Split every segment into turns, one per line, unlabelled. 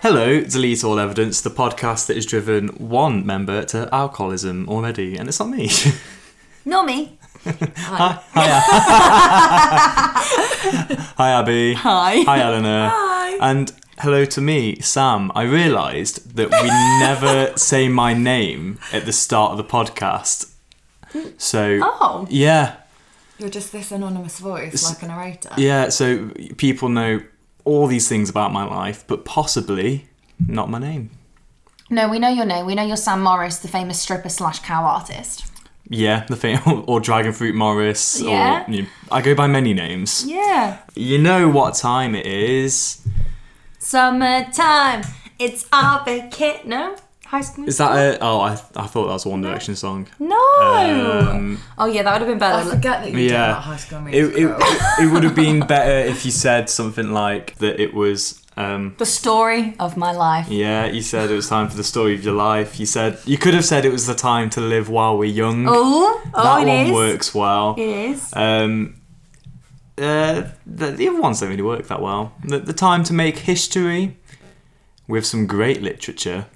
Hello, Delete All Evidence, the podcast that has driven one member to alcoholism already, and it's not me.
Nor me.
Hi, Abby.
Hi.
Hi, Eleanor. Hi. And hello to me, Sam. I realised that we never say my name at the start of the podcast. So,
Oh.
yeah,
You're just this anonymous voice, like an narrator.
yeah, so people know all these things about my life, but possibly not my name.
No, we know your name. We know you're Sam Morris, the famous stripper slash cow artist.
Yeah, the thing, or Dragon Fruit Morris,
Yeah.
or you know, I go by many names.
Yeah.
You know what time it is.
Summertime. It's our vacation. No? High school.
Is that a. Oh, I, I thought that was a One Direction song.
no.
Um,
oh, yeah, that would have been
I
better.
forget that you did
yeah.
that high school
It,
musical.
it, it would have been better if you said something like that it was. Um,
The story of my life.
yeah, you said it was time for the story of your life. You said. You could have said it was the time to live while we're young.
Oh,
that
oh, it
one
is.
works well.
It is.
Um, uh, the, the other ones don't really work that well. The, the time to make history with some great literature.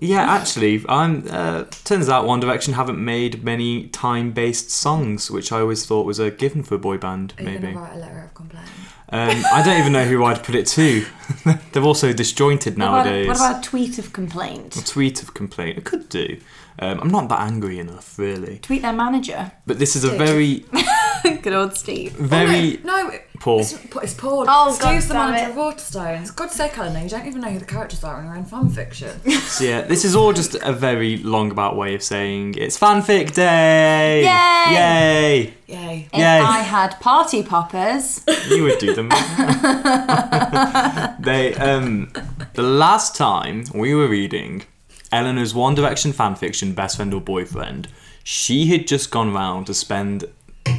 yeah, actually, I'm. Uh, turns out One Direction haven't made many time-based songs, which I always thought was a given for a boy band.
Are you
Maybe
gonna write a letter of complaint? Oh,
um, I don't even know who I'd put it to. They're also disjointed
What
nowadays.
about, what about a tweet of complaint?
Tweet of complaint. It could do. Um, I'm not that angry enough, really.
Tweet their manager.
But this is a
Dick.
very,
Good old Steve.
very
no, it-
poor.
It's, it's Paul.
Oh,
Steve's the
God damn
manager
it.
of Waterstones. God's sake, Eleanor, you don't even know who the characters are in your own fan fiction.
So, yeah, this is all just a very long about way of saying it's fanfic day.
Yay!
Yay!
Yay.
If
Yay.
I had party poppers,
You would do them. they um, the last time we were reading Eleanor's One Direction fanfiction, best friend or boyfriend, she had just gone round to spend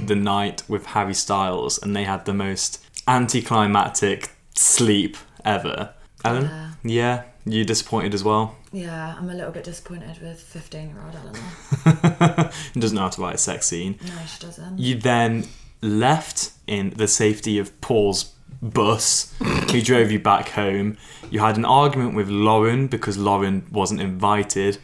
the night with Harry Styles, and they had the most anticlimactic sleep ever. Ellen, yeah, you disappointed as well.
Yeah, I'm a little bit disappointed with 15 year old Eleanor.
Doesn't know how to write a sex scene.
No, she doesn't.
You then left in the safety of Paul's bus, who drove you back home. You had an argument with Lauren because Lauren wasn't invited.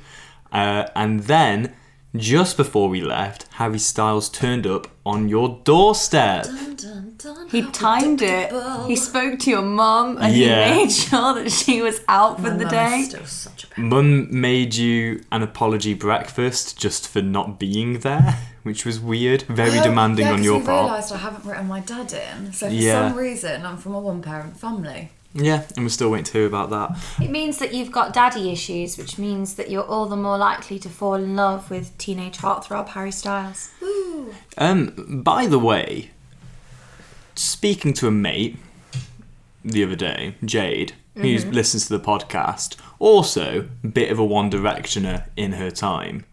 Uh, and then, just before we left, Harry Styles turned up on your doorstep.
Dun, dun, dun,
he
how
timed it.
predictable.
He spoke to your mum and
Yeah.
he made sure that she was out for
My
the
mum
day.
is still such a pain.
Mum made you an apology breakfast just for not being there, which was weird, very
Oh,
demanding
yeah,
on
'cause
your
we
part.
realised I haven't written my dad in, so for
Yeah.
some reason I'm from a one-parent family.
Yeah, and we're still waiting to hear about that.
It means that you've got daddy issues, which means that you're all the more likely to fall in love with teenage heartthrob Harry Styles.
Um, by the way, speaking to a mate the other day, Jade, who
Mm-hmm.
listens to the podcast, also bit of a One Directioner in her time,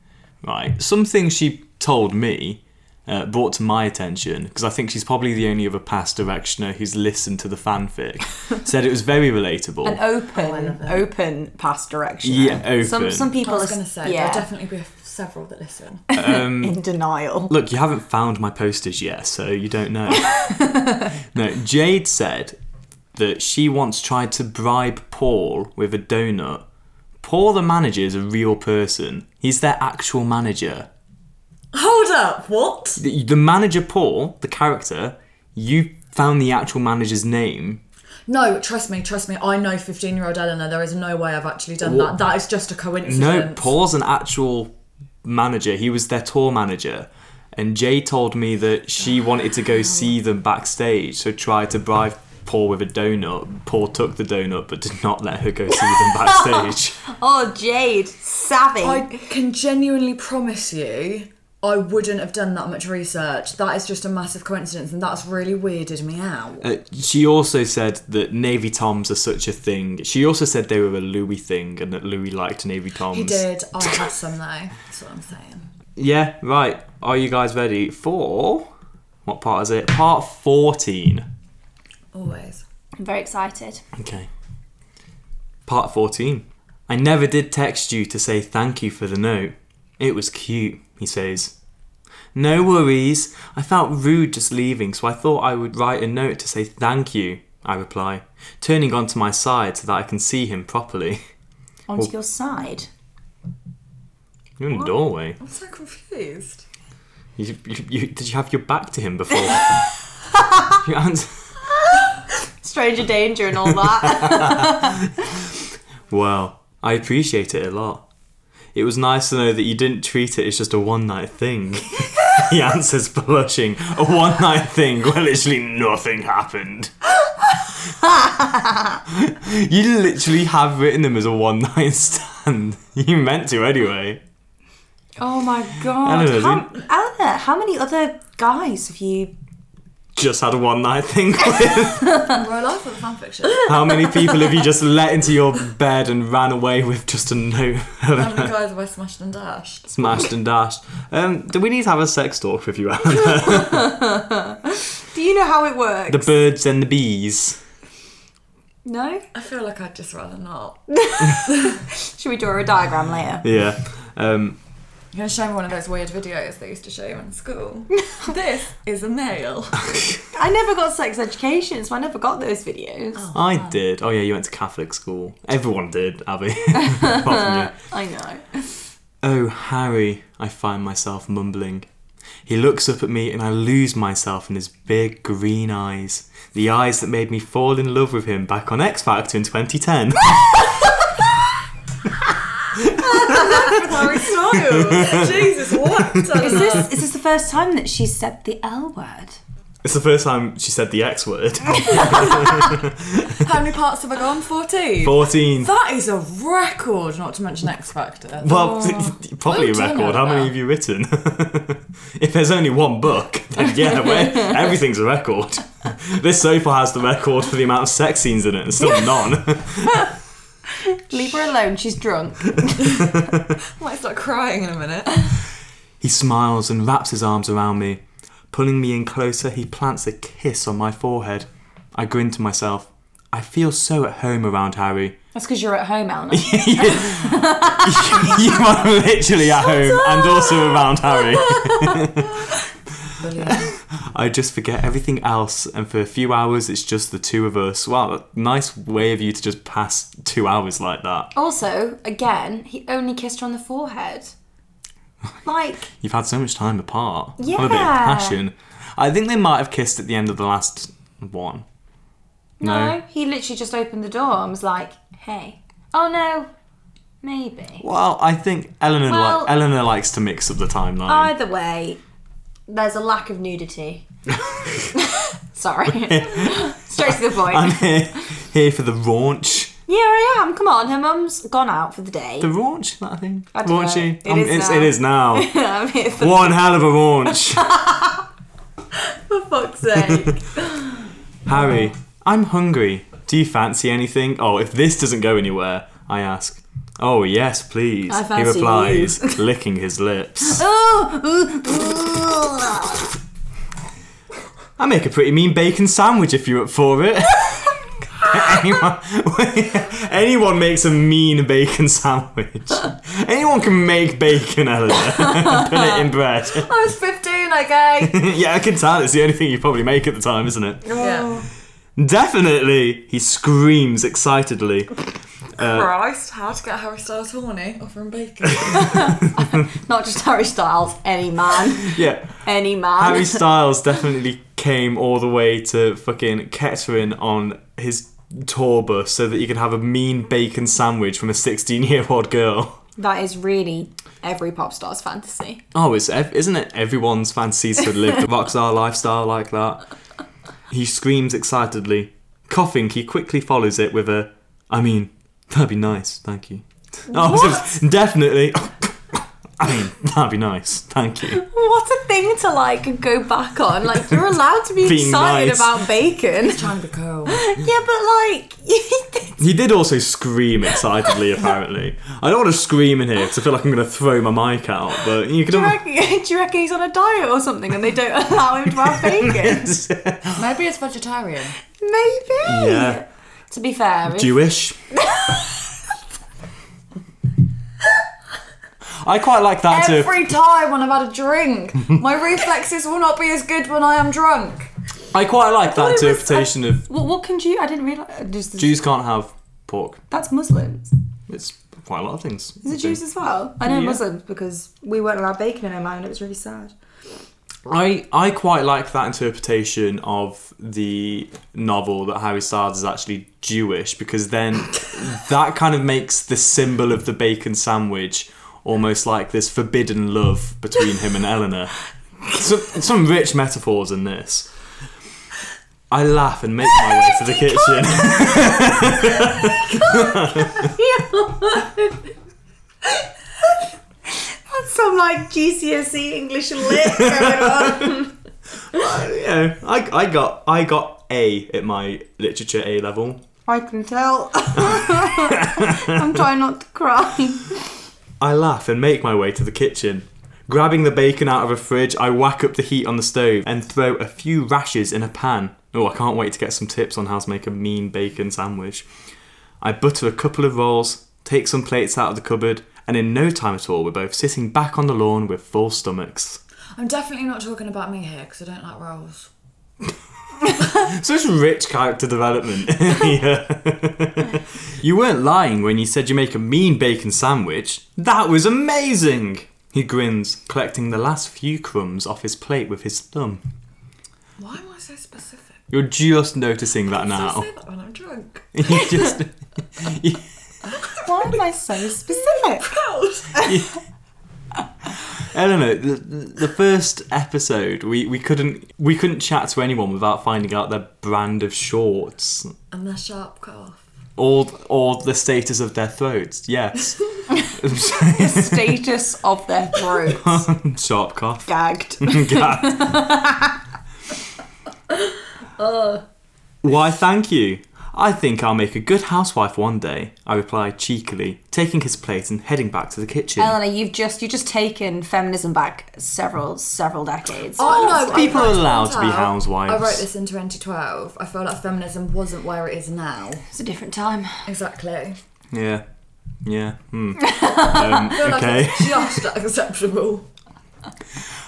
right? Something she told me uh, brought to my attention because I think she's probably the only other past Directioner who's listened to the fanfic. said it was very relatable.
An open, open past direction.
yeah, open.
Some some people
I was
are
going to say,
yeah,
there'll definitely be several that listen.
in denial.
Look, you haven't found my posters yet, so you don't know. no, Jade said that she once tried to bribe Paul with a donut. Paul, the manager, is a real person. He's their actual manager.
Hold up, what?
The, the manager, Paul, the character, you found the actual manager's name.
No, trust me, trust me. I know 15 year old Eleanor. There is no way I've actually done
What?
that. That is just a coincidence.
No, Paul's an actual manager. He was their tour manager. And Jade told me that she wanted to go see them backstage, so tried to bribe Paul with a donut. Paul took the donut but did not let her go see them backstage.
Oh, Jade, savvy.
I can genuinely promise you, I wouldn't have done that much research. That is just a massive coincidence, and that's really weirded me out.
Uh, she also said that Navy Toms are such a thing. She also said they were a Louis thing and that Louis liked Navy Toms.
He did. I had some though. That's what I'm saying.
Yeah, right. Are you guys ready for. What part is it? Part 14.
Always.
I'm very excited.
Okay. Part 14. I never did text you to say thank you for the note. It was cute, he says. No worries. I felt rude just leaving, so I thought I would write a note to say thank you. I reply, turning onto my side so that I can see him properly.
Onto
Oh.
your side.
You're in the doorway.
I'm so confused.
You, you, you, did you have your back to him before? you answer.
Stranger danger and all that.
Well, I appreciate it a lot. It was nice to know that you didn't treat it as just a one night thing. he answers, blushing. A one night thing where literally nothing happened. you literally have written them as a one night stand. You meant to anyway.
Oh my god.
Eleanor,
how,
didn't-
Eleanor, how many other guys have you?
Just had a one night thing with.
Real life or the fanfiction?
How many people have you just let into your bed and ran away with just a note?
How many guys have I smashed and dashed?
Smashed and dashed. Um, do we need to have a sex talk with you, Alan?
Do you know how it works?
The birds and the bees.
No.
I feel like I'd just rather not.
Should we draw a diagram later?
Yeah. Um,
You're gonna show me one of those weird videos they used to show you in school. this is a male.
I never got sex education, so I never got those videos.
I did. Oh yeah, you went to Catholic school. Everyone did, Abby. Apart from you.
I know.
Oh, Harry, I find myself mumbling. He looks up at me and I lose myself in his big green eyes. The eyes that made me fall in love with him back on X Factor in 2010.
Harry Styles. Jesus, what?
Is this is this the first time that she said the L word?
it's the first time she said the X word.
How many parts have I gone? 14?
14.
That is a record, not to mention X Factor.
Well, probably a
Well,
record. How many
turnover.
have you written? if there's only one book, then yeah, we're- everything's a record. this sofa has the record for the amount of sex scenes in it, and still none.
Leave her alone. She's drunk.
I might start crying in a minute.
he smiles and wraps his arms around me. Pulling me in closer, he plants a kiss on my forehead. I grin to myself. I feel so at home around Harry.
That's because you're at home, Eleanor.
you are literally at home and also around Harry. I just forget everything else, and for a few hours, it's just the two of us. Wow, nice way of you to just pass two hours like that.
also, again, he only kissed her on the forehead. Like,
You've had so much time apart. Have a bit of
Yeah.
passion. I think they might have kissed at the end of the last one.
no. he literally just opened the door and was like, "Hey." Oh no, maybe.
Well, I think Eleanor
Well-
li- Eleanor likes to mix up the timeline.
Either way, there's a lack of nudity. Sorry. Straight to the point.
I'm here, here for the raunch.
Yeah, I am. Come on, her mum's gone out for the day.
The raunch, that thing.
I don't know.
Raunchy.
It
Um,
is
it's,
now.
it is now.
I'm here for
one hell of a raunch.
Fuck's sake.
Harry, I'm hungry. Do you fancy anything? Oh, if this doesn't go anywhere, I ask. Oh, yes, please.
I
he
fancy
replies, licking his lips.
Oh,
I make a pretty mean bacon sandwich if you're up for it. anyone, anyone makes a mean bacon sandwich. Anyone can make bacon, Eleanor. Put it in bread.
I was 15, okay?
yeah, I can tell. It's the only thing you probably make at the time, isn't it?
yeah.
Definitely, he screams excitedly.
Christ, how to get Harry Styles horny? Offering bacon.
Not just Harry Styles. Any man.
Yeah,
Any man.
Harry Styles definitely came all the way to fucking Kettering on his tour bus so that you could have a mean bacon sandwich from a 16 year old girl.
that is really every pop star's fantasy.
Oh, it's ev- isn't it everyone's fantasies to live the rock star lifestyle like that? He screams excitedly. Coughing, he quickly follows it with a, I mean, that'd be nice, thank you. Oh, so it's definitely. I mean, that'd be nice, thank you.
What a thing to like go back on. Like you're allowed to be
Being
excited
nice.
about bacon.
Trying to be cool.
Yeah, but like
He did also scream excitedly, apparently. I don't want to scream in here because I feel like I'm going to throw my mic out, but you could.
do you, reckon, do you reckon he's on a diet or something and they don't allow him to have bacon?
Maybe it's vegetarian.
Maybe.
yeah.
To be fair, if-
Jewish. I quite like that too.
Every time when I've had a drink, my reflexes will not be as good when I am drunk.
I quite like that
it was-
interpretation of
What, what can Jew? I didn't
uh,
realize. Just,
Jews can't have pork.
That's Muslims.
It's quite a lot of things.
Is it Jews as well? I know
Yeah.
Muslims because we weren't allowed bacon in Oman. It was really sad.
I I quite like that interpretation of the novel that Harry Styles is actually Jewish because then that kind of makes the symbol of the bacon sandwich almost like this forbidden love between him and Eleanor. Some, some rich metaphors in this. I laugh and make my way to the kitchen.
That's some like GCSE English lit going on.
you know, I, I got I got A at my literature A level.
I can tell. I'm trying not to cry.
I laugh and make my way to the kitchen. Grabbing the bacon out of a fridge, I whack up the heat on the stove and throw a few rashes in a pan. Oh, I can't wait to get some tips on how to make a mean bacon sandwich. I butter a couple of rolls, take some plates out of the cupboard, and in no time at all, we're both sitting back on the lawn with full stomachs.
I'm definitely not talking about me here because I don't like rolls.
Such rich character development. Yeah. you weren't lying when you said you make a mean bacon sandwich. That was amazing! He grins, collecting the last few crumbs off his plate with his thumb.
Why am I so specific?
You're just noticing that
I
now.
say that when I'm drunk.
you just
Why am I so specific?
Eleanor, the, the first episode we, we couldn't we couldn't chat to anyone without finding out their brand of shorts
And they're sharp cut off.
or or the status of their throats. Yes,
Status of their throats.
sharp cough.
Gagged.
Why, thank you. I think I'll make a good housewife one day. I replied cheekily, taking his plate and heading back to the kitchen.
Eleanor, you've just you've just taken feminism back several several decades.
Oh no!
People
I
are
wrote
allowed
this
to be
out.
housewives.
I wrote this in 2012. I feel like feminism wasn't where it is now.
It's a different time.
Exactly.
yeah, yeah. Hmm.
I feel like
Okay.
it's just acceptable.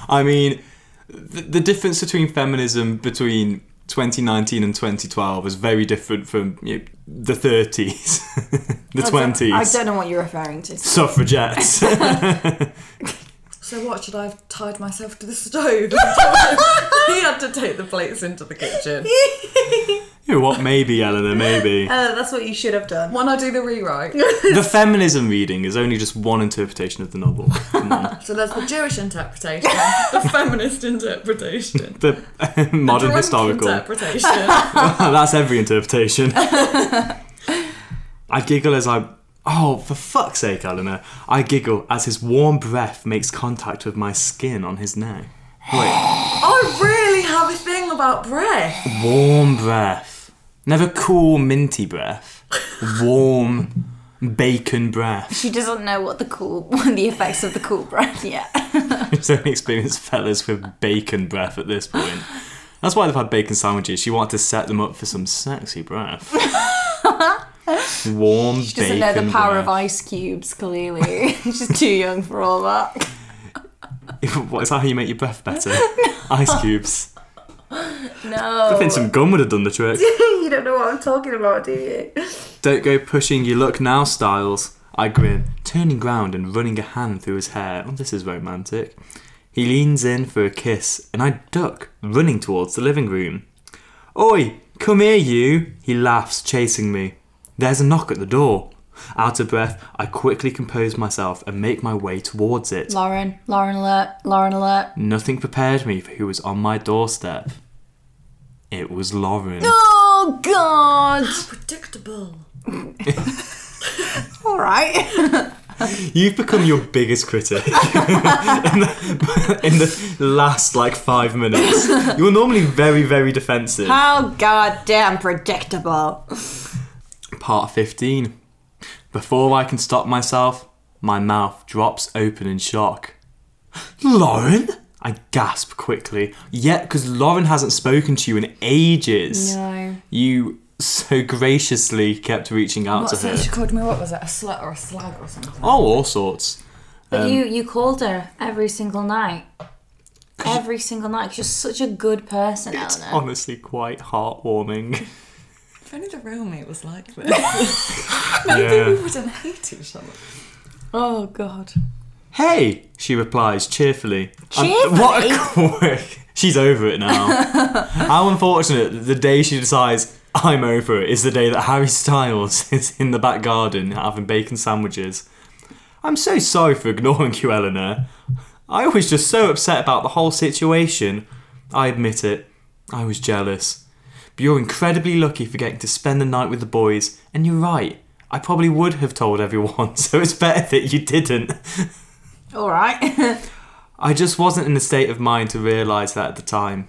I mean, the, the difference between feminism between 2019 and 2012 is very different from you know, the 30s, the 20s,
I don't know what you're referring to.
suffragettes.
So what should I have tied myself to the stove? he had to take the plates into the kitchen.
you know what? Maybe Eleanor, maybe
Uh, that's what you should have done.
When I do the rewrite,
the feminism reading is only just one interpretation of the novel. Come on.
so there's the Jewish interpretation, the feminist interpretation,
The modern
drunk
historical.
interpretation.
That's every interpretation. I giggle as I. Oh, for fuck's sake, Eleanor. I giggle as his warm breath makes contact with my skin on his neck. Wait.
I really have a thing about breath.
Warm breath. Never cool, minty breath. Warm, bacon breath.
She doesn't know what the cool the effects of the cool breath yet.
She's only experienced fellas with bacon breath at this point. That's why they've had bacon sandwiches. She wanted to set them up for some sexy breath. Warm
She
bacon
doesn't know the power
breath.
of ice cubes. Clearly, she's too young for all that.
what, is that how you make your breath better? Ice cubes. I
No,
think some gum would have done the trick.
Oh. you don't know what I'm talking about, do you?
Don't go pushing your luck now, Styles. I grin, turning round and running a hand through his hair. Oh, this is romantic. He leans in for a kiss, and I duck, running towards the living room. Oi, come here, you! He laughs, chasing me. There's a knock at the door. Out of breath, I quickly compose myself and make my way towards it.
Lauren, Lauren alert, Lauren alert.
Nothing prepared me for who was on my doorstep. It was Lauren.
Oh God!
Predictable.
All right.
You've become your biggest critic in, the, in the last like five minutes. You're normally very, very defensive.
How goddamn predictable.
Part 15. Before I can stop myself, my mouth drops open in shock. Lauren? I gasp quickly. Yet, because Lauren hasn't spoken to you in ages.
No.
You so graciously kept reaching out
What,
to
so
her.
she called me, what was it, a slut or a slag or something?
Oh, all sorts.
But you you called her every single night. every single night. 'cause You're such a good person,
It's
Eleanor.
honestly quite heartwarming.
If only the real me was like this, we
yeah.
wouldn't hate each other. Oh God.
Hey, she replies cheerfully. And
Cheerfully?
What a quick. She's over it now. How unfortunate that the day she decides I'm over it is the day that Harry Styles is in the back garden having bacon sandwiches. I'm so sorry for ignoring you, Eleanor. I was just so upset about the whole situation. I admit it. I was jealous. But you're incredibly lucky for getting to spend the night with the boys, and you're right. I probably would have told everyone, so it's better that you didn't.
All right.
I just wasn't in a state of mind to realise that at the time.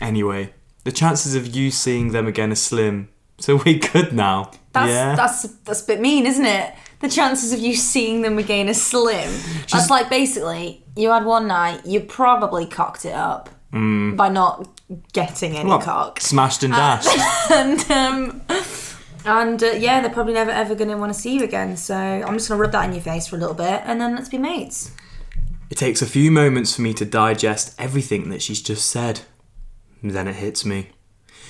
Anyway, the chances of you seeing them again are slim, so we're good now.
That's
yeah.
that's that's a bit mean, isn't it? The chances of you seeing them again are slim.
She's-
That's like basically you had one night, you probably cocked it up by not getting any
Well,
cock, Uh,
Smashed and dashed.
and um, and uh, yeah, they're probably never ever going to want to see you again. So I'm just going to rub that in your face for a little bit, and then let's be mates.
It takes a few moments for me to digest everything that she's just said. Then it hits me.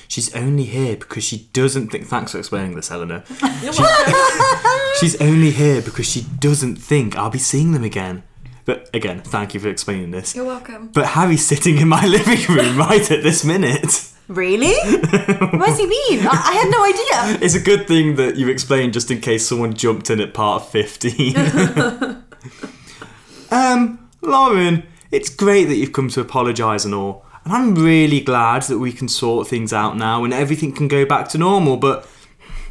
She's only here because she doesn't think. Thanks for explaining this, Eleanor. She- she's only here because she doesn't think I'll be seeing them again. But again, thank you for explaining this.
You're welcome.
But Harry's sitting in my living room right at this minute.
Really? Where's he been? I, I had no idea.
It's a good thing that you explained just in case someone jumped in at part 15. um, Lauren, it's great that you've come to apologise and all. And I'm really glad that we can sort things out now and everything can go back to normal, but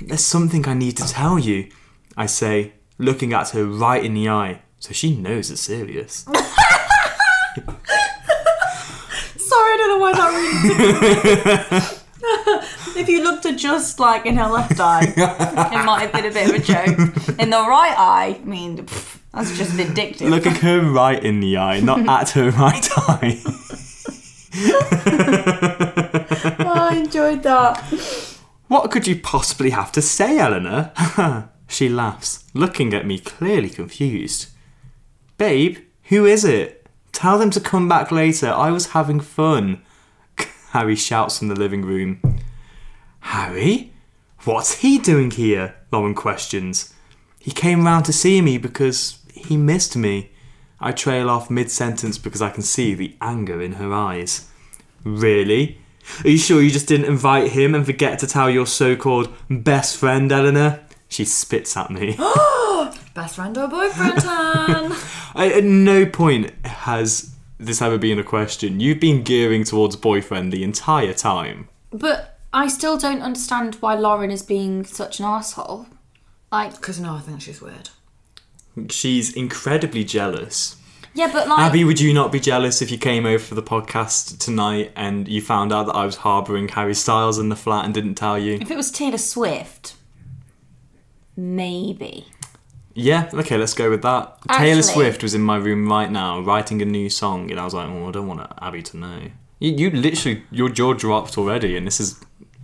there's something I need to tell you, I say, looking at her right in the eye. So she knows it's serious.
Sorry, I don't know why that really. if you looked at just like in her left eye, it might have been a bit of a joke. In the right eye, I mean, pff, that's just vindictive.
looking her right in the eye, not at her right eye.
Oh, I enjoyed that.
What could you possibly have to say, Eleanor? she laughs, looking at me clearly confused. Babe, who is it? Tell them to come back later. I was having fun. Harry shouts from the living room. Harry? What's he doing here? Lauren questions. He came round to see me because he missed me. I trail off mid sentence because I can see the anger in her eyes. Really? Are you sure you just didn't invite him and forget to tell your so called best friend, Eleanor? She spits at me.
Best friend or boyfriend time.
I, at no point has this ever been a question. You've been gearing towards boyfriend the entire time.
But I still don't understand why Lauren is being such an asshole. Like,
Because no, I think she's weird.
She's incredibly jealous.
yeah, but like,
Abby, would you not be jealous if you came over for the podcast tonight and you found out that I was harbouring Harry Styles in the flat and didn't tell you?
if it was Taylor Swift, maybe.
Yeah, okay, let's go with that. Taylor
Actually-
Swift was in my room right now writing a new song, and I was like, oh, I don't want Abby to know. You, you literally, your jaw dropped already, and this is,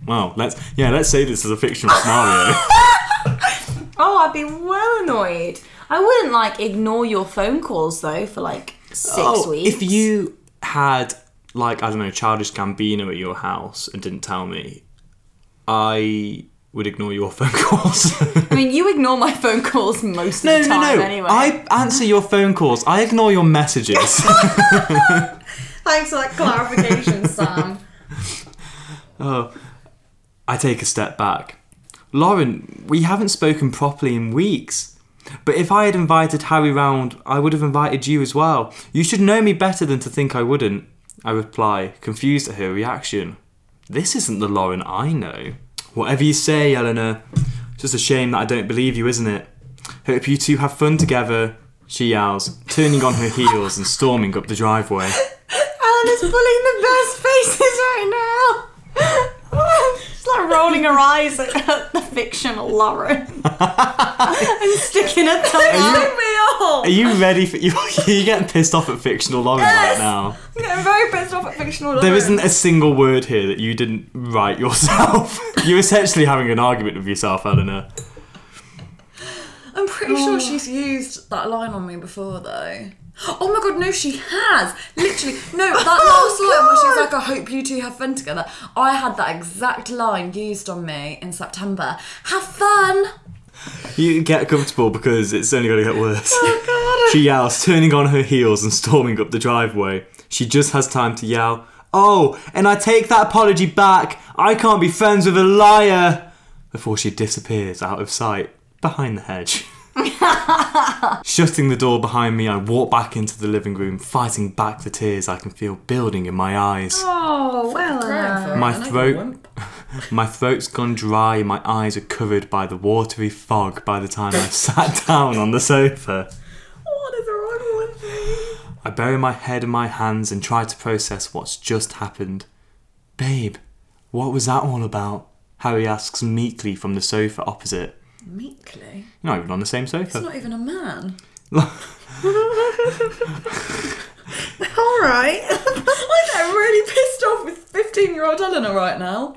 well, let's, yeah, let's say this is a fictional scenario.
Oh, I'd be well annoyed. I wouldn't like ignore your phone calls though for like six
Oh,
weeks.
If you had like I don't know, childish Gambino at your house and didn't tell me, I would ignore your phone calls.
I mean, you ignore my phone calls most
no,
of
no,
the
no.
time anyway.
I answer your phone calls. I ignore your messages.
Thanks for that clarification, Sam.
I take a step back. Lauren, we haven't spoken properly in weeks. But if I had invited Harry round, I would have invited you as well. You should know me better than to think I wouldn't. I reply, confused at her reaction. This isn't the Lauren I know. Whatever you say, Eleanor. It's just a shame that I don't believe you, isn't it? Hope you two have fun together, she yells, turning on her heels and storming up the driveway.
Eleanor's pulling the best faces right now. She's like rolling her eyes at the fictional Lauren and sticking her thumb out.
you- Are you ready for you? You're getting pissed off at fictional Lauren right
Yes.
now.
I'm getting very pissed off at fictional Lauren.
There isn't a single word here that you didn't write yourself. You're essentially having an argument with yourself, Eleanor.
Oh. I'm pretty sure she's used that line on me before though. Oh my god, no, she has. Literally, no, that last line where she was like, I hope you two have fun together. I had that exact line used on me in September. Have fun!
You get comfortable because it's only going to get worse. She yells, turning on her heels and storming up the driveway. She just has time to yell, Oh, and I take that apology back. I can't be friends with a liar. Before she disappears out of sight behind the hedge. Shutting the door behind me, I walk back into the living room, fighting back the tears I can feel building in my eyes.
Oh, well.
Crying for it,
My
and I
throat-
went,
My throat's gone dry, and my eyes are covered by the watery fog by the time I've sat down on the sofa.
What is wrong with me?
I bury my head in my hands and try to process what's just happened. Babe, what was that all about? Harry asks meekly from the sofa opposite.
Meekly.
You're not even on the same
It's
sofa.
not even a man.
All right.
I'm really pissed off with 15 year old Eleanor right now.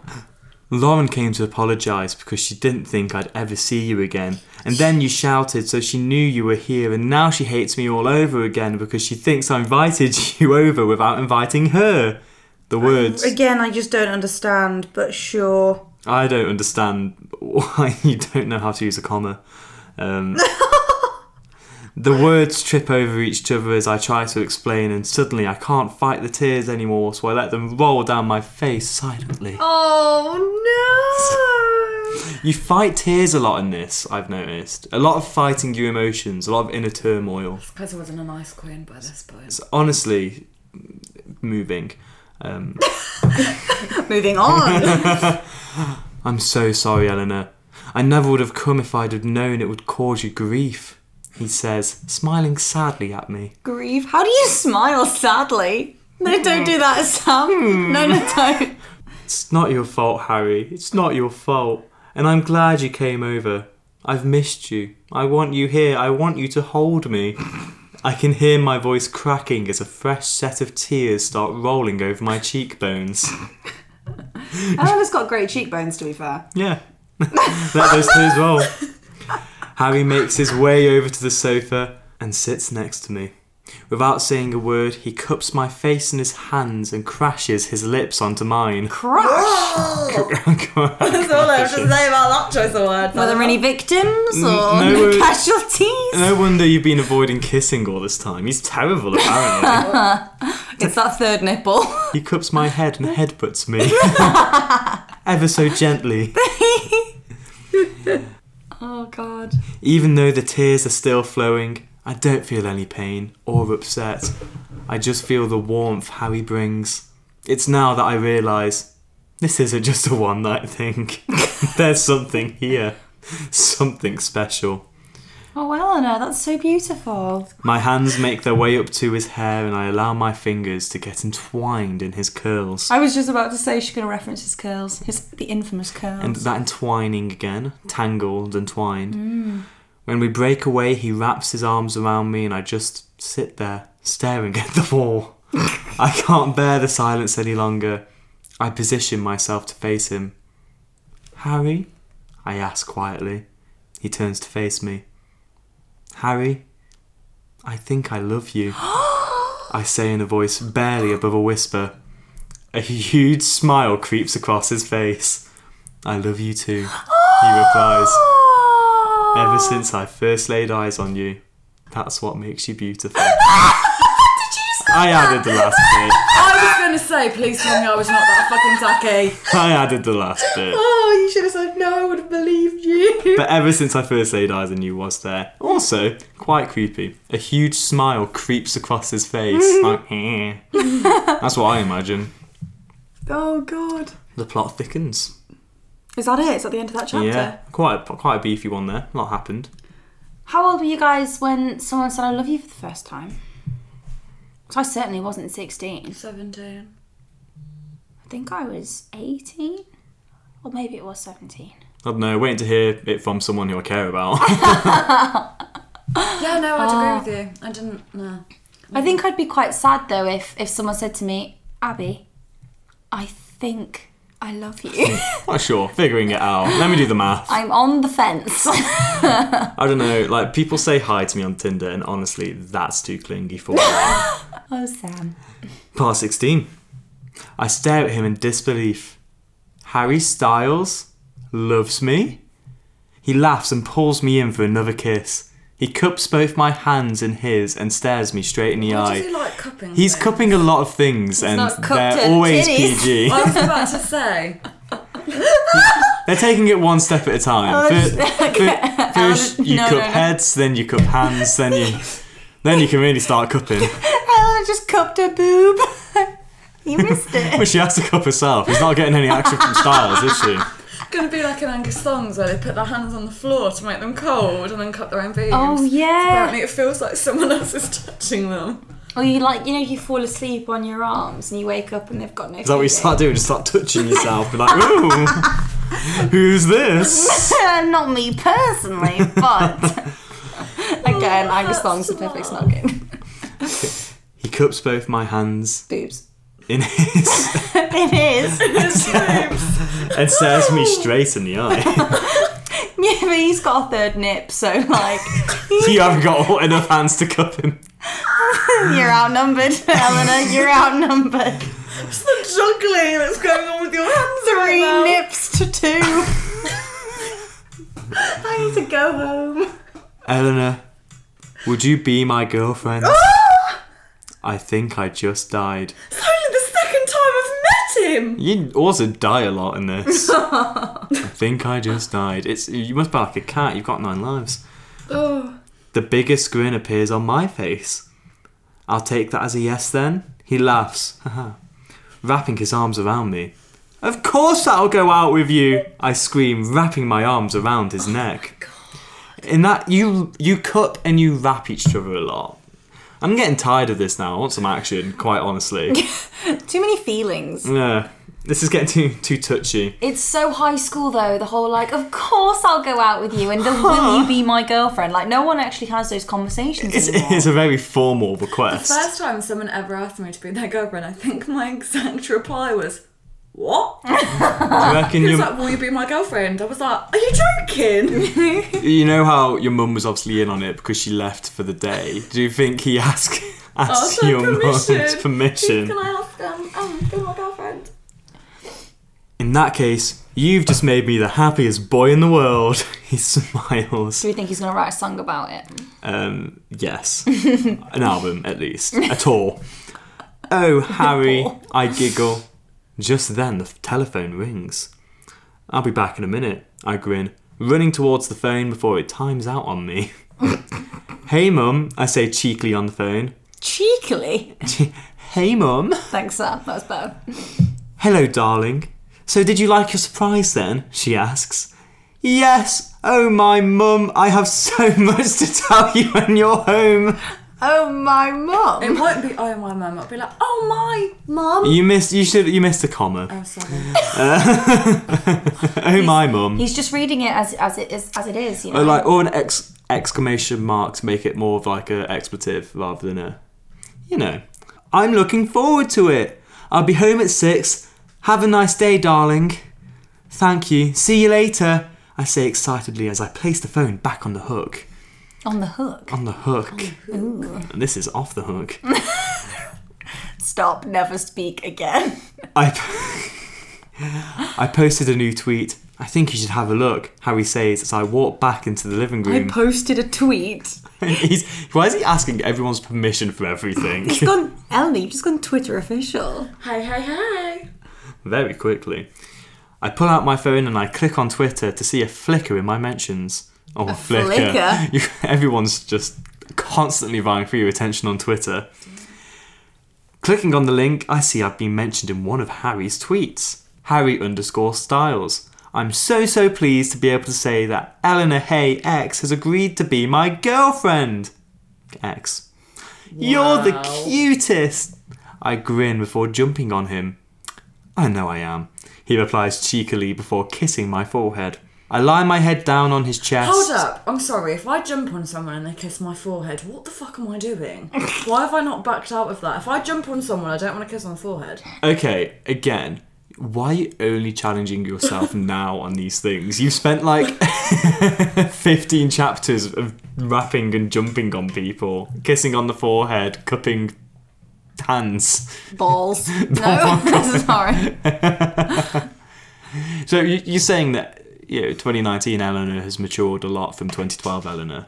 Lauren came to apologise because she didn't think I'd ever see you again. And then you shouted, so she knew you were here, and now she hates me all over again because she thinks I invited you over without inviting her. The words.
Um, Again, I just don't understand, but sure.
I don't understand why you don't know how to use a comma. Um, the words trip over each other as I try to explain, and suddenly I can't fight the tears anymore, so I let them roll down my face silently.
Oh no.
You fight tears a lot in this, I've noticed. A lot of fighting your emotions, a lot of inner turmoil.
Because I wasn't an ice queen by this point.
It's honestly moving. Um,
Moving on.
I'm so sorry, Eleanor. I never would have come if I'd have known it would cause you grief, he says, smiling sadly at me.
Grieve. How do you smile sadly? No, don't do that, Sam.
Hmm.
No, no, don't.
It's not your fault, Harry. It's not your fault. And I'm glad you came over. I've missed you. I want you here. I want you to hold me. I can hear my voice cracking as a fresh set of tears start rolling over my cheekbones.
Eleanor's got great cheekbones, to be fair.
Yeah. Let those tears roll. Harry makes his way over to the sofa and sits next to me. Without saying a word, he cups my face in his hands and crashes his lips onto mine.
Crush.
That's all I have to say about that choice of words.
Were there any victims or
no, we-
casualties?
No wonder you've been avoiding kissing all this time. He's terrible, apparently.
It's that third nipple.
he cups my head and headbutts me. Ever so gently.
oh, God.
Even though the tears are still flowing, I don't feel any pain or upset. I just feel the warmth Harry brings. It's now that I realise this isn't just a one night thing. There's something here. Something special.
Oh, Eleanor, that's so beautiful.
My hands make their way up to his hair and I allow my fingers to get entwined in his curls.
I was just about to say she's going to reference his curls, his the infamous curls.
And that entwining again, tangled and twined. When we break away, he wraps his arms around me, and I just sit there, staring at the wall. I can't bear the silence any longer. I position myself to face him. Harry? I ask quietly. He turns to face me. Harry, I think I love you. I say in a voice barely above a whisper. A huge smile creeps across his face. I love you too, he replies. Ever
Oh.
since I first laid eyes on you, that's what makes you beautiful. I added the last bit.
I was going to say, please tell me I was not that fucking tacky.
I added the last bit.
Oh, you should have said no, I would have believed you.
But ever since I first laid eyes on you was there. Also, quite creepy. A huge smile creeps across his face. like, "Eh." That's what I imagine.
Oh God.
The plot thickens.
Is that it? Is that the end of that chapter?
Yeah, quite a, quite a beefy one there. A lot happened.
How old were you guys when someone said I love you for the first time? Because I certainly wasn't 16.
17.
I think I was 18. Or maybe it was 17.
I don't know, waiting to hear it from someone who I care about.
Yeah, no, I'd agree with you. I didn't, no.
I think I'd be quite sad though if, if someone said to me, Abby, I think
I love you.
Not sure. Figuring it out. Let me do the math.
I'm on the fence.
I don't know. Like people say hi to me on Tinder, and honestly, that's too clingy for me.
Oh, Sam.
Part 16. I stare at him in disbelief. Harry Styles loves me? He laughs and pulls me in for another kiss. He cups both my hands in his and stares me straight in the
Why
eye.
does he like cupping?
He's
things?
cupping a lot of things and
not cupped
they're
at
always
titties.
PG.
I was about to say.
they're taking it one step at a
Oh,
time. Fir- fir- First you
no,
cup
no, no.
heads, then you cup hands, then you then you can really start cupping.
Helen just cupped her boob. you missed it.
But she has to cup herself. He's not getting any action from Styles, is she?
Gonna be like in Angus songs where they put their hands on the floor to make them cold and then cut their own boobs.
Oh, yeah.
Apparently, it feels like someone else is touching them.
Or you like, you know, you fall asleep on your arms and you wake up and they've got no.
Is that what you start doing? Just start touching yourself, be like, ooh, who's this?
Uh, Not me personally, but again, Angus songs are perfect snogging.
He cups both my hands
Boobs.
in his
It is.
and stares me straight in the eye.
Yeah, but he's got a third nip, so like
you haven't got enough hands to cup him.
you're outnumbered, Eleanor. You're outnumbered.
It's the juggling that's going on with your hands
Three
right now.
nips to two. I need to go home.
Eleanor, would you be my girlfriend? I think I just died.
It's only the second time I've met him.
You also die a lot in this. I think I just died. It's you must be like a cat. You've got nine lives.
Oh.
The biggest grin appears on my face. I'll take that as a yes then. He laughs, haha, wrapping his arms around me. Of course I'll go out with you, I scream, wrapping my arms around his neck. In that you you cup and you wrap each other a lot. I'm getting tired of this now. I want some action, quite honestly.
Too many feelings.
yeah. This is getting too too touchy.
It's so high school though. The whole like, of course I'll go out with you, and the will you be my girlfriend? Like, no one actually has those conversations
It's,
anymore.
it's a very formal request.
First time someone ever asked me to be their girlfriend, I think my exact reply was, What? He
Do you reckon
was
your,
like, Will you be my girlfriend? I was like, Are you joking?
You know how your mum was obviously in on it because she left for the day. Do you think he asked asked
Asked her
your mum's
permission.
permission?
Can I ask them? Um, be my girlfriend.
In that case, you've just made me the happiest boy in the world. He smiles.
Do we think he's gonna write a song about it?
Um, yes, an album at least, a tour. Oh, Harry, I giggle. Just then, the telephone rings. I'll be back in a minute. I grin, running towards the phone before it times out on me. hey, mum, I say cheekily on the phone.
Cheekily.
Hey, Mum.
Thanks, Sam. That was better.
Hello, darling. So, did you like your surprise then? She asks. Yes. Oh, my mum, I have so much to tell you when you're home.
Oh my mum.
It won't be, Oh my mum. It'll be like, Oh my mum.
You missed. You should. You missed a comma.
Oh, sorry.
Oh, my mum.
He's just reading it as as it is as it is. You know.
Or like, or an ex- exclamation mark to make it more of like a expletive rather than a, you know. I'm looking forward to it. I'll be home at six. Have a nice day, darling. Thank you. See you later. I say excitedly as I place the phone back on the hook.
On the hook.
On the hook. And this is off the hook.
Stop. Never speak again.
I, I posted a new tweet. I think you should have a look, Harry says as I walk back into the living room.
Posted a tweet.
He's, why is he asking everyone's permission for everything?
You've gone, Eleanor. You've just gone Twitter official.
Hey, hey, hey.
Very quickly. I pull out my phone and I click on Twitter to see a flicker in my mentions. Oh, a flicker.
flicker?
You, everyone's just constantly vying for your attention on Twitter. Clicking on the link, I see I've been mentioned in one of Harry's tweets. Harry underscore Styles. I'm so so pleased to be able to say that Eleanor Hay X has agreed to be my girlfriend. X. You're the cutest. I grin before jumping on him. I know I am. He replies cheekily before kissing my forehead. I lie my head down on his chest.
Hold up. I'm sorry. If I jump on someone and they kiss my forehead, what the fuck am I doing? Why have I not backed out of that? If I jump on someone, I don't want to kiss on the forehead.
Okay, again, why are you only challenging yourself now on these things? You've spent like 15 chapters of rapping and jumping on people, kissing on the forehead, cupping hands.
Balls. no, sorry.
So you, you're saying that you know, 2019 Eleanor has matured a lot from 2012 Eleanor.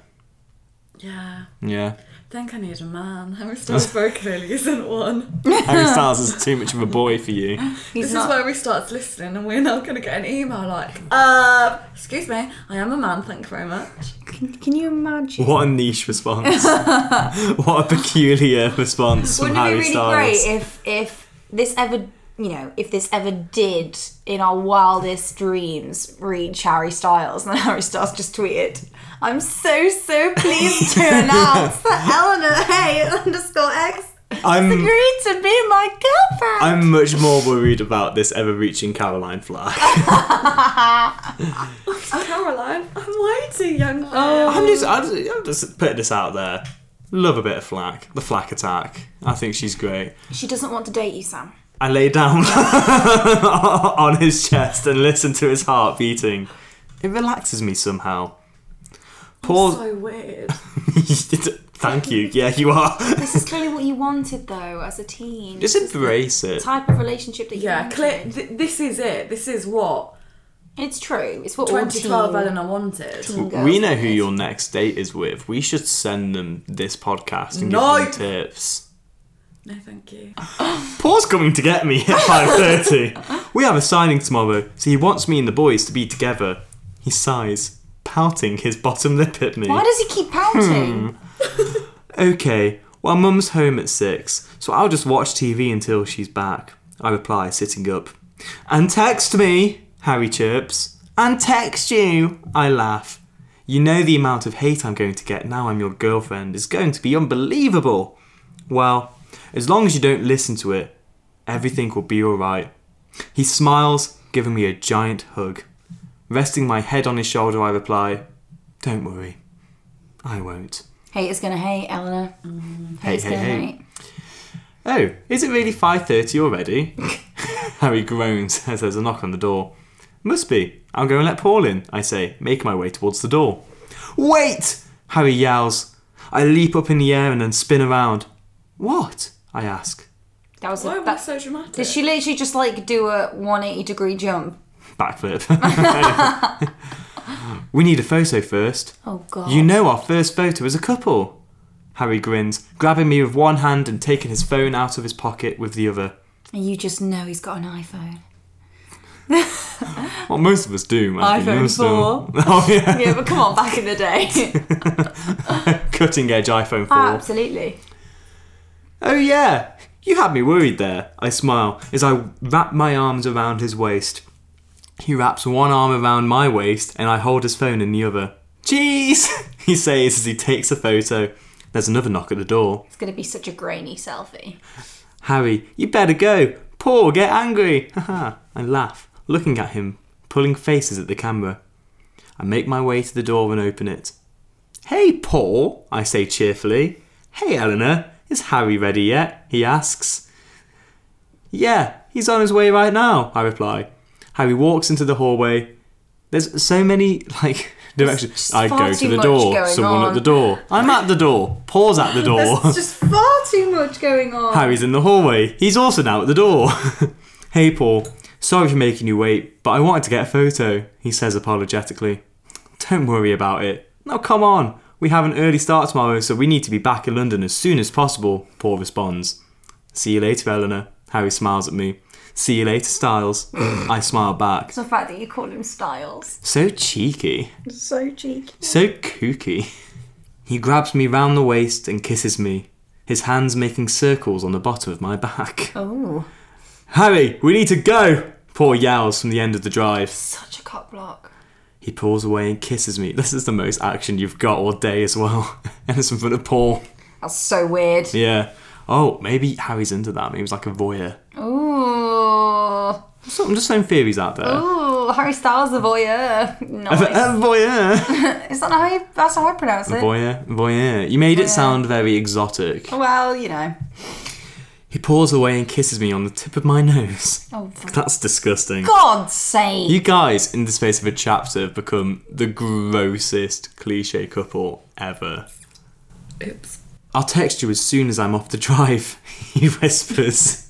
Yeah.
Yeah.
I think I need a man. Harry Styles very clearly isn't one.
Harry Styles is too much of a boy for you.
He's
this is
not.
where we start listening and we're now going to get an email like, uh, excuse me, I am a man, thank you very much.
Can, can you imagine?
What a niche response. what a peculiar response from
Wouldn't it be
Harry
really
Styles.
great if
Uh,
if this ever you know if this ever did in our wildest dreams reach Harry Styles and then Harry Styles just tweeted, "I'm so so pleased to announce that Eleanor A underscore X
I'm
agreed to be my girlfriend."
I'm much more worried about this ever reaching Caroline Flack.
Caroline, I'm way too young for
I'm just, I'm just, I'm just putting this out there. Love a bit of flack. The flack attack. I think she's great.
she doesn't want to date you, Sam.
I lay down on his chest and listen to his heart beating. It relaxes me somehow. Pause.
So weird.
Thank you. Yeah, you are.
This is clearly what you wanted though as a teen.
Just embrace it.
type of relationship that you
Yeah,
wanted.
clear, th- this is it. This is what
It's true. It's what all
2012
teen-
Eleanor wanted.
We know who your next date is with. We should send them this podcast and
No.
give them tips.
No, thank you.
Paul's coming to get me at five thirty. we have a signing tomorrow, so he wants me and the boys to be together. He sighs, pouting his bottom lip at me.
Why does he keep pouting?
Okay, well, mum's home at six, so I'll just watch TV until she's back. I reply, sitting up. And text me, Harry chirps. And text you, I laugh. You know the amount of hate I'm going to get now I'm your girlfriend is going to be unbelievable. Well, as long as you don't listen to it, everything will be alright. He smiles, giving me a giant hug. Resting my head on his shoulder, I reply, Don't worry, I won't.
Hate is gonna hate, Eleanor.
Hey,
Hate's
hey,
gonna
hey.
hate.
Oh, is it really 5.30 already? Harry groans as there's a knock on the door. Must be. I'll go and let Paul in, I say, making my way towards the door. Wait! Harry yells. I leap up in the air and then spin around. What? I ask.
That was
Why
a,
was that
that,
so dramatic?
Did she literally just like do a 180 degree jump?
Backflip. we need a photo first.
Oh god.
You know our first photo as a couple. Harry grins, grabbing me with one hand and taking his phone out of his pocket with the other.
And you just know he's got an iPhone.
Well, most of us do, man.
iPhone
Most of them. Oh, yeah.
Yeah, but come on, back in the day.
cutting edge iPhone 4.
Absolutely.
oh, yeah, you had me worried there. I smile as I wrap my arms around his waist. He wraps one arm around my waist and I hold his phone in the other. Cheese! he says as he takes a photo. There's another knock at the door.
It's gonna be such a grainy selfie.
Harry, you better go. Paul, get angry. Haha. I laugh, looking at him, pulling faces at the camera. I make my way to the door and open it. Hey, Paul, I say cheerfully. Hey, Eleanor, is Harry ready yet? He asks. Yeah, he's on his way right now, I reply. Harry walks into the hallway. There's so many, like, directions.
just
I
far
go to
too
the
much
door,
going
someone at
on.
the door. I'm at the door, Paul's at the door.
just far too much going on.
Harry's in the hallway. He's also now at the door. hey, Paul. Sorry for making you wait, but I wanted to get a photo, he says apologetically. Don't worry about it. Now, come on. We have an early start tomorrow, so we need to be back in London as soon as possible, Paul responds. See you later, Eleanor. Harry smiles at me. See you later, Styles. I smile back.
The fact that you call him Styles.
So cheeky.
So cheeky.
So kooky. He grabs me round the waist and kisses me, his hands making circles on the bottom of my back.
Oh.
Harry, we need to go! Paul yells from the end of the drive.
Such a cock block.
He pulls away and kisses me. This is the most action you've got all day as well. and it's in front of Paul.
That's so weird.
Yeah. Oh, maybe Harry's into that. Maybe he's like a voyeur.
Ooh.
So I'm just throwing theories out there.
Ooh, Harry Styles the voyeur.
A
Nice.
voyeur.
Is that how you, that's how I pronounce it?
voyeur. Voyeur. You made it
Voyeur.
sound very exotic.
Well, you know.
He paws away and kisses me on the tip of my nose.
Oh, for
That's disgusting.
God's sake.
You guys, in the space of a chapter, have become the grossest cliche couple ever.
Oops.
I'll text you as soon as I'm off the drive, he whispers.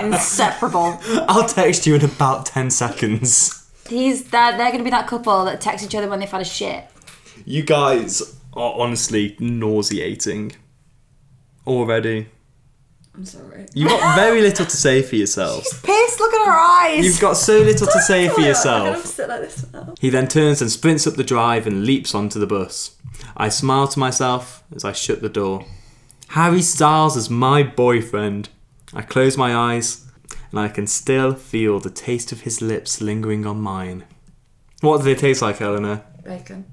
Inseparable.
I'll text you in about 10 seconds.
He's that they're gonna be that couple that text each other when they've had a shit.
You guys are honestly nauseating already.
I'm sorry.
You've got very little to say for yourself.
Piss, look at her eyes.
You've got so little to say for
I'm gonna
yourself.
sit like this now.
He then turns and sprints up the drive and leaps onto the bus. I smile to myself as I shut the door. Harry Styles is my boyfriend. I close my eyes and I can still feel the taste of his lips lingering on mine. What do they taste like, Eleanor?
Bacon.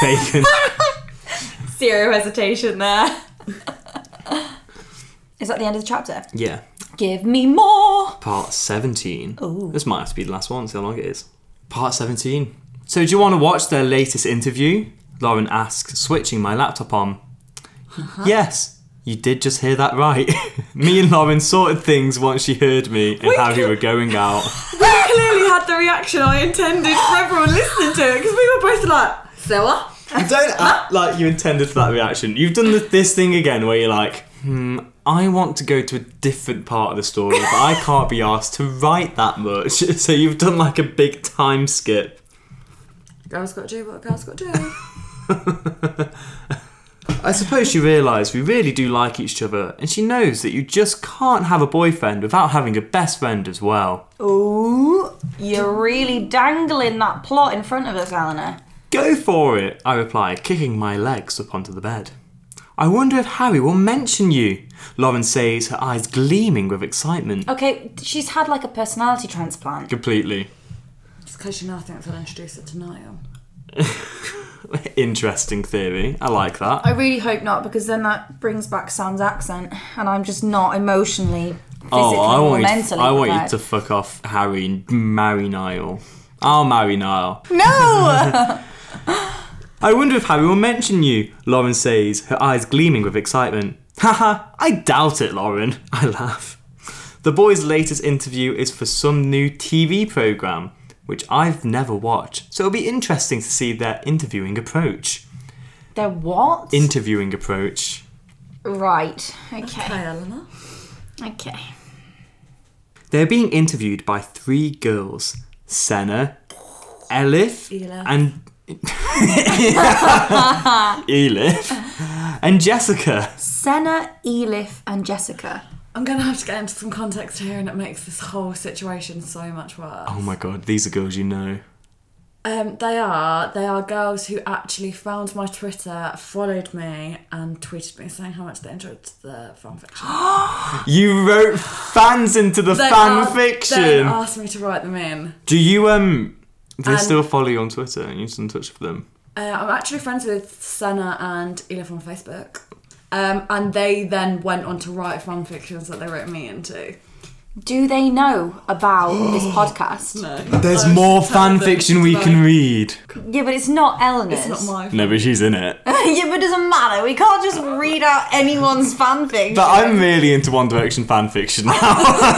Bacon.
Zero hesitation there. Is that the end of the chapter?
yeah.
Give me more.
Part 17. This might have to be the last one, see how long it is. Part 17. So, do you want to watch their latest interview? Lauren asks, switching my laptop on.
Uh-huh.
Yes, you did just hear that right. me and Lauren sorted things once she heard me and how we were going out.
I clearly had the reaction I intended for everyone listening to it because we were both like, so what?
You don't act like you intended for that reaction. You've done th- this thing again where you're like, hmm, I want to go to a different part of the story, but I can't be asked to write that much. So, you've done like a big time skip.
Girls got to do what a girls got to do.
I suppose you realise we really do like each other, and she knows that you just can't have a boyfriend without having a best friend as well.
Ooh, you're really dangling that plot in front of us, Eleanor.
Go for it, I reply, kicking my legs up onto the bed. I wonder if Harry will mention you, Lauren says, her eyes gleaming with excitement.
Okay, she's had like a personality transplant.
Completely.
It's because you know I think I'll introduce it to Niall.
Interesting theory. I like that.
I really hope not, because then that brings back Sam's accent, and I'm just not emotionally, physically,
Oh, I
or
want, you to,
mentally.
I want you
prepared.
to fuck off Harry and marry Niall. I'll marry Niall.
No!
I wonder if Harry will mention you, Lauren says, her eyes gleaming with excitement. Haha, I doubt it, Lauren. I laugh. The boy's latest interview is for some new TV programme, which I've never watched, so it'll be interesting to see their interviewing approach.
They're what?
Interviewing approach.
right. Okay.
Hi, Eleanor.
Okay.
They're being interviewed by three girls Senna, Elif,
Elif.
and. Elif, and Jessica.
Senna, Elif, and Jessica.
I'm going to have to get into some context here and it makes this whole situation so much worse.
Oh my god, these are girls you know.
Um, they are. They are girls who actually found my Twitter, followed me, and tweeted me saying how much they enjoyed the fanfiction.
You wrote fans into the
They
fan
are- They
fiction.
asked me to write them in.
Do you um? Do they
And-
still follow you on Twitter and you're still in touch with them?
Uh, I'm actually friends with Senna and Elif on Facebook. Um, and they then went on to write fan fictions that they wrote me into.
Do they know about this podcast?
No.
There's
I'm
more
just telling
fan
them
fiction we
tonight.
can read.
Yeah, but it's not Eleanor's.
It's not my
No, but she's in it. But
yeah, but it doesn't matter. We can't just read out anyone's fanfic.
I'm really into One Direction fan fiction now.
But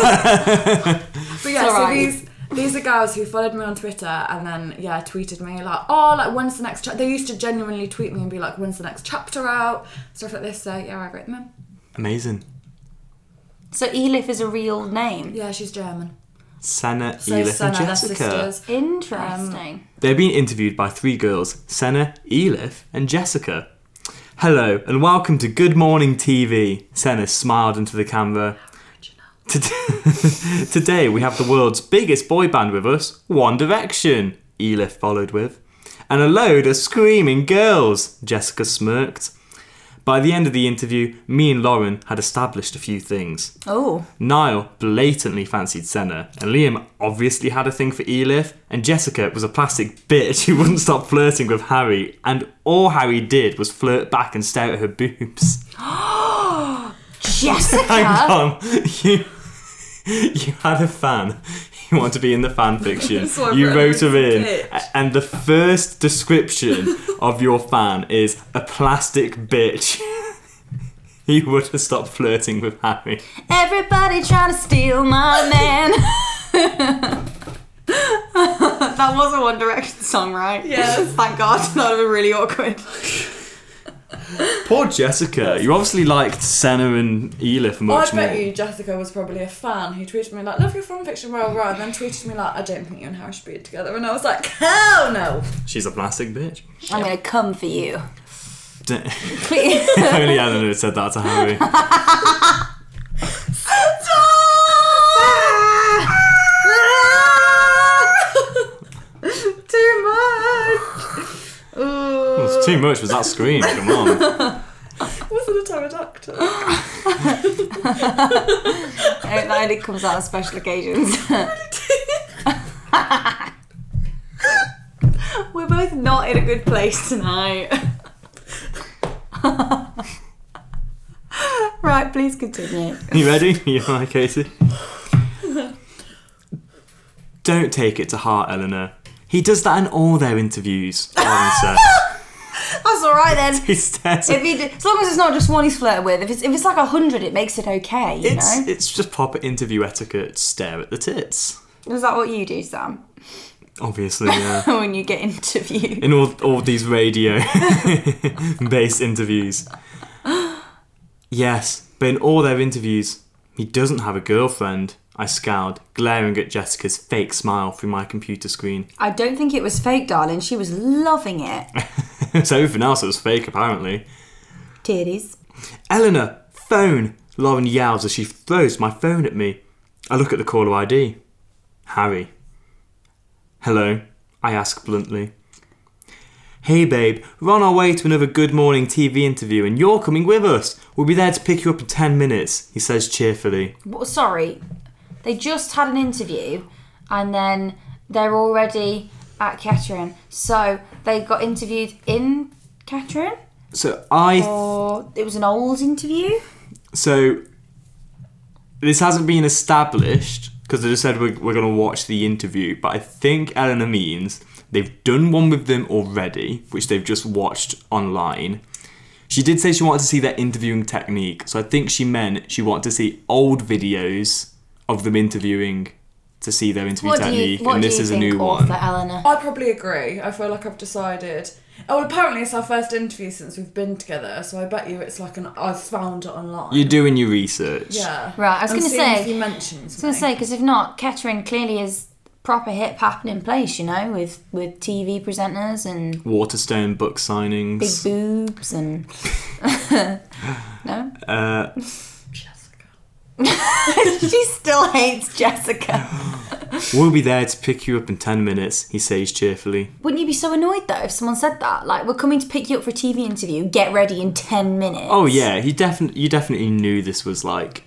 yeah,
It's
so
alright.
these these are girls who followed me on Twitter and then yeah, tweeted me like, oh, like when's the next? Cha-? They used to genuinely tweet me and be like, when's the next chapter out? Stuff like this. So yeah, I wrote them in.
Amazing.
So Elif is a real name.
Yeah, she's German.
Senna,
So
Elif,
Senna,
and
they're
Jessica.
sisters.
Interesting.
They're being interviewed by three girls: Senna, Elif, and Jessica. Hello and welcome to Good Morning TV. Senna smiled into the camera. Tod- Today we have the world's biggest boy band with us, One Direction, Elif followed with, and a load of screaming girls, Jessica smirked. By the end of the interview, me and Lauren had established a few things.
oh.
Niall blatantly fancied Senna, and Liam obviously had a thing for Elif, and Jessica was a plastic bitch who wouldn't stop flirting with Harry, and all Harry did was flirt back and stare at her boobs. Hang
Jessica!
on, you you had a fan. You want to be in the fan fiction.
That's what I
you
wrote,
wrote her in,
bitch.
a- and the first description of your fan is a plastic bitch. you would have stopped flirting with Harry.
Everybody trying to steal my man.
That was a One Direction song, right?
Yes.
Thank God. That would have been really awkward.
Poor Jessica. You obviously liked Senna and Elif
I
much
bet
more.
you Jessica was probably a fan who tweeted me like, "Love your fan fiction, well, right?" and Then tweeted me like, "I don't think you and Harry should be together," and I was like, "Hell no!"
She's a plastic bitch.
I'm gonna come for you.
D-
Please.
if only Eleanor had said that to Harry.
Too much.
It's too much. Was that scream? Come on.
Wasn't a pterodactyl.
It only comes out on special occasions.
We're both not in a good place tonight. right, please continue.
You ready? You alright, Katie? Don't take it to heart, Eleanor. He does that in all their interviews. Lauren said.
That's alright then.
He stares at
If he, d- as long as it's not just one he's flirting with. If it's if it's like a hundred, it makes it okay. You
It's
know.
it's just proper interview etiquette. Stare at the tits.
Is that what you do, Sam?
Obviously, yeah.
when you get interviewed.
In all all these radio based interviews. Yes, but in all their interviews, he doesn't have a girlfriend. I scowled, glaring at Jessica's fake smile through my computer screen.
I don't think it was fake, darling. She was loving it.
It's everything else that was fake, apparently.
Titties.
Eleanor, phone! Lauren yells as she throws my phone at me. I look at the caller ID. Harry. Hello, I ask bluntly. Hey babe, we're on our way to another Good Morning TV interview and you're coming with us. We'll be there to pick you up in 10 minutes, he says cheerfully.
Well, sorry, they just had an interview, and then they're already at Kettering. So they got interviewed in Kettering,
So I.
or it was an old interview.
So. This hasn't been established because they just said we're, we're going to watch the interview, but I think Eleanor means they've done one with them already, which they've just watched online. She did say she wanted to see their interviewing technique, so I think she meant she wanted to see old videos of them interviewing to see their interview technique, and this is a new
Author
one.
Eleanor?
I probably agree. I feel like I've decided. Oh, well, apparently it's our first interview since we've been together, so I bet you it's like an I've found it online.
You're doing your research.
yeah.
Right, I was
I'm
gonna
seeing
say-
If he mentions
I was
me.
gonna say because if not, Kettering clearly is proper hip happening place, you know, with with TV presenters and
Waterstone book signings.
big boobs and no,
Uh,
Jessica.
she still hates Jessica.
We'll be there to pick you up in 10 minutes, he says cheerfully.
Wouldn't you be so annoyed though if someone said that? Like, we're coming to pick you up for a TV interview. Get ready in ten minutes.
Oh yeah, you definitely you definitely knew this was like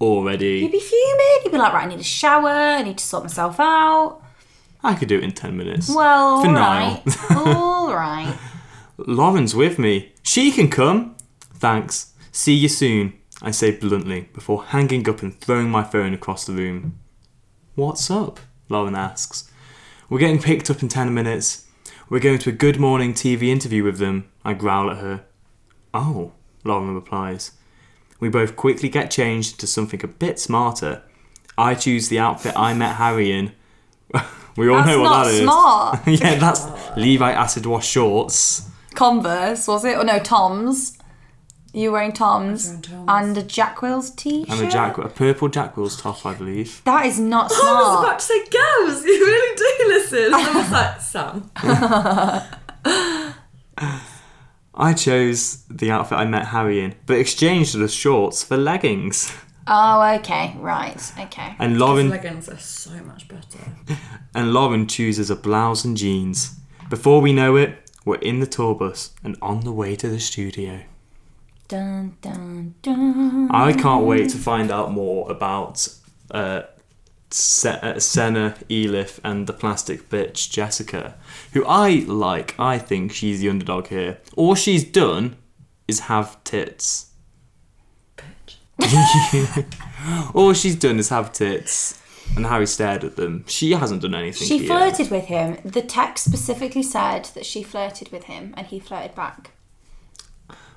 You'd
already.
be fuming. You'd be like, right, I need a shower. I need to sort myself out.
I could do it in ten minutes.
Well,
For
all
Niall.
right, all right.
Lauren's with me. She can come. Thanks. See you soon. I say bluntly before hanging up and throwing my phone across the room. What's up? Lauren asks. We're getting picked up in ten minutes. We're going to a Good Morning TV interview with them. I growl at her. Oh, Lauren replies. We both quickly get changed into something a bit smarter. I choose the outfit I met Harry in. we all
That's
know what
not
that is.
smart.
yeah, that's Levi acid wash shorts.
Converse, was it? Or no, Tom's. You were wearing Tom's,
I was wearing Toms.
and a Jack Wills t shirt.
And a Jack, a purple Jack Wills top, I believe.
That is not
I was
smart.
about to say, girls, you really do listen. I was like, Sam.
I chose the outfit I met Harry in, but exchanged the shorts for leggings.
Oh, okay, right, okay.
And Lauren
Leggings are so much better.
and Lauren chooses a blouse and jeans. Before we know it, we're in the tour bus and on the way to the studio.
Dun dun dun.
I can't wait to find out more about uh, Se- uh, Senna, Elif, and the plastic bitch Jessica, who I like. I think she's the underdog here. All she's done is have tits. Bitch. All she's done is have tits. And Harry stared at them. She hasn't done anything.
She
here.
flirted with him. The text specifically said that she flirted with him, and he flirted back.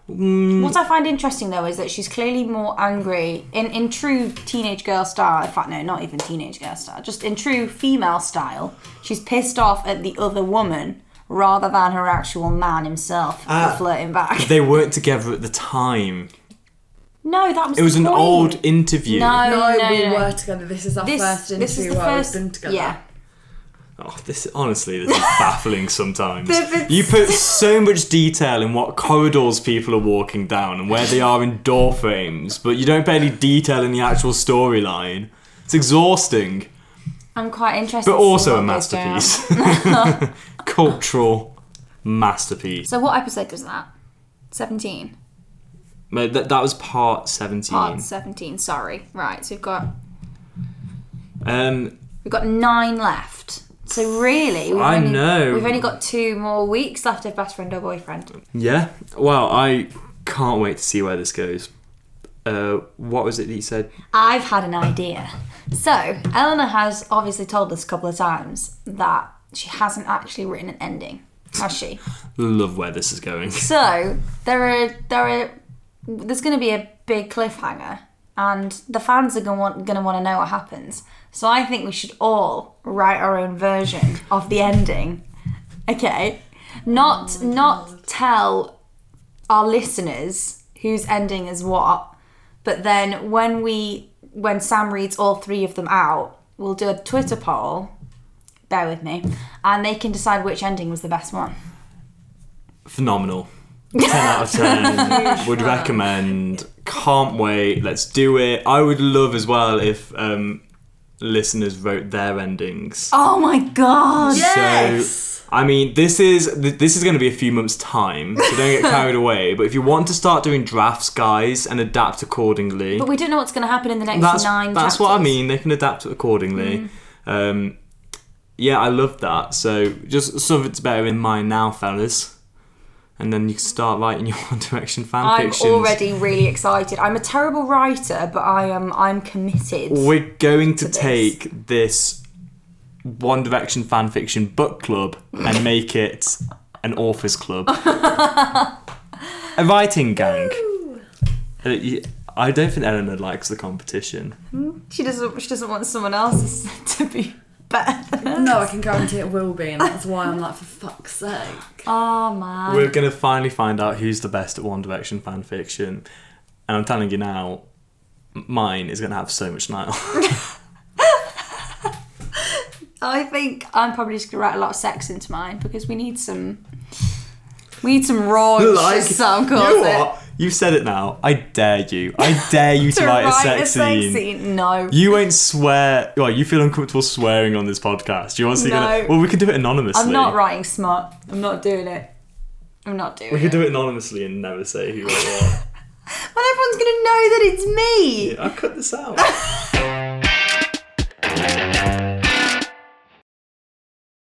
Mm.
What I find interesting though is that she's clearly more angry in, in true teenage girl style. In fact, no, not even teenage girl style. Just in true female style, she's pissed off at the other woman rather than her actual man himself
Ah.
for flirting back.
They weren't together at the time.
no, that was
It was
the
an
point.
old interview.
No, Oh, no,
No, we
no.
were together. This is our
This,
first interview
this is the
where
first.
we've been together.
Yeah,
Oh, this honestly, this is baffling sometimes.
But it's-
You put so much detail in what corridors people are walking down and where they are in door frames, but you don't put any detail in the actual storyline. It's exhausting,
I'm quite interested.
but
to see
also
what
a
goes down.
masterpiece. Cultural masterpiece.
So what episode was that? Seventeen.
No, That, that was part 17.
Part Oh, seventeen. Sorry. Right. So we've got
Um,
We've got nine left. So really, we've
I
only,
know.
We've only got two more weeks left of best friend or boyfriend.
yeah, well, I can't wait to see where this goes. Uh, what was it that you said?
I've had an idea. So Eleanor has obviously told us a couple of times that she hasn't actually written an ending, has she?
Love where this is going.
So there are there are there's going to be a big cliffhanger, and the fans are going to want going to want to know what happens. So I think we should all write our own version of the ending. Okay, not not tell our listeners whose ending is what, but then when we when Sam reads all three of them out, we'll do a Twitter poll. Bear with me, and they can decide which ending was the best one.
phenomenal. 10 out of 10. would recommend. Can't wait. Let's do it. I would love as well if um, listeners wrote their endings.
Oh my god!
Yes.
So, I mean, this is th- this is going to be a few months' time, so don't get carried away. But if you want to start doing drafts, guys, and adapt accordingly,
But we don't know what's going to happen in the next
that's
nine.
that's what I
chapters. Mm.
mean. They can adapt accordingly. Um, yeah, I love that. So just something's better in mind now, fellas. And then you can start writing your One Direction fan
I'm
fictions.
already really excited. I'm a terrible writer, but I am. I'm committed.
We're going to
this.
take this One Direction fan fiction book club and make it an authors club, a writing gang. Uh, y- I don't think Eleanor likes the competition.
she doesn't. She doesn't want someone else's to be better. than-
No, I can guarantee it will be, and that's why I'm like, for fuck's sake.
Oh man.
We're gonna finally find out who's the best at One Direction fan fiction, and I'm telling you now, m- mine is gonna have so much Nile.
I think I'm probably just going to write a lot of sex into mine because we need some. We need some raw
like,
shit, Sam
you
calls
know
it.
what? You've said it now. I dare you. I dare you to,
To
write,
write
a sex scene.
No.
You won't swear. Well, you feel uncomfortable swearing on this podcast. You're honestly gonna.
No.
Well, we can do it anonymously.
I'm not writing smart. I'm not doing it. I'm not doing
We
it.
could do it anonymously and never say who it was.
Well, everyone's going to know that it's me.
I cut this out.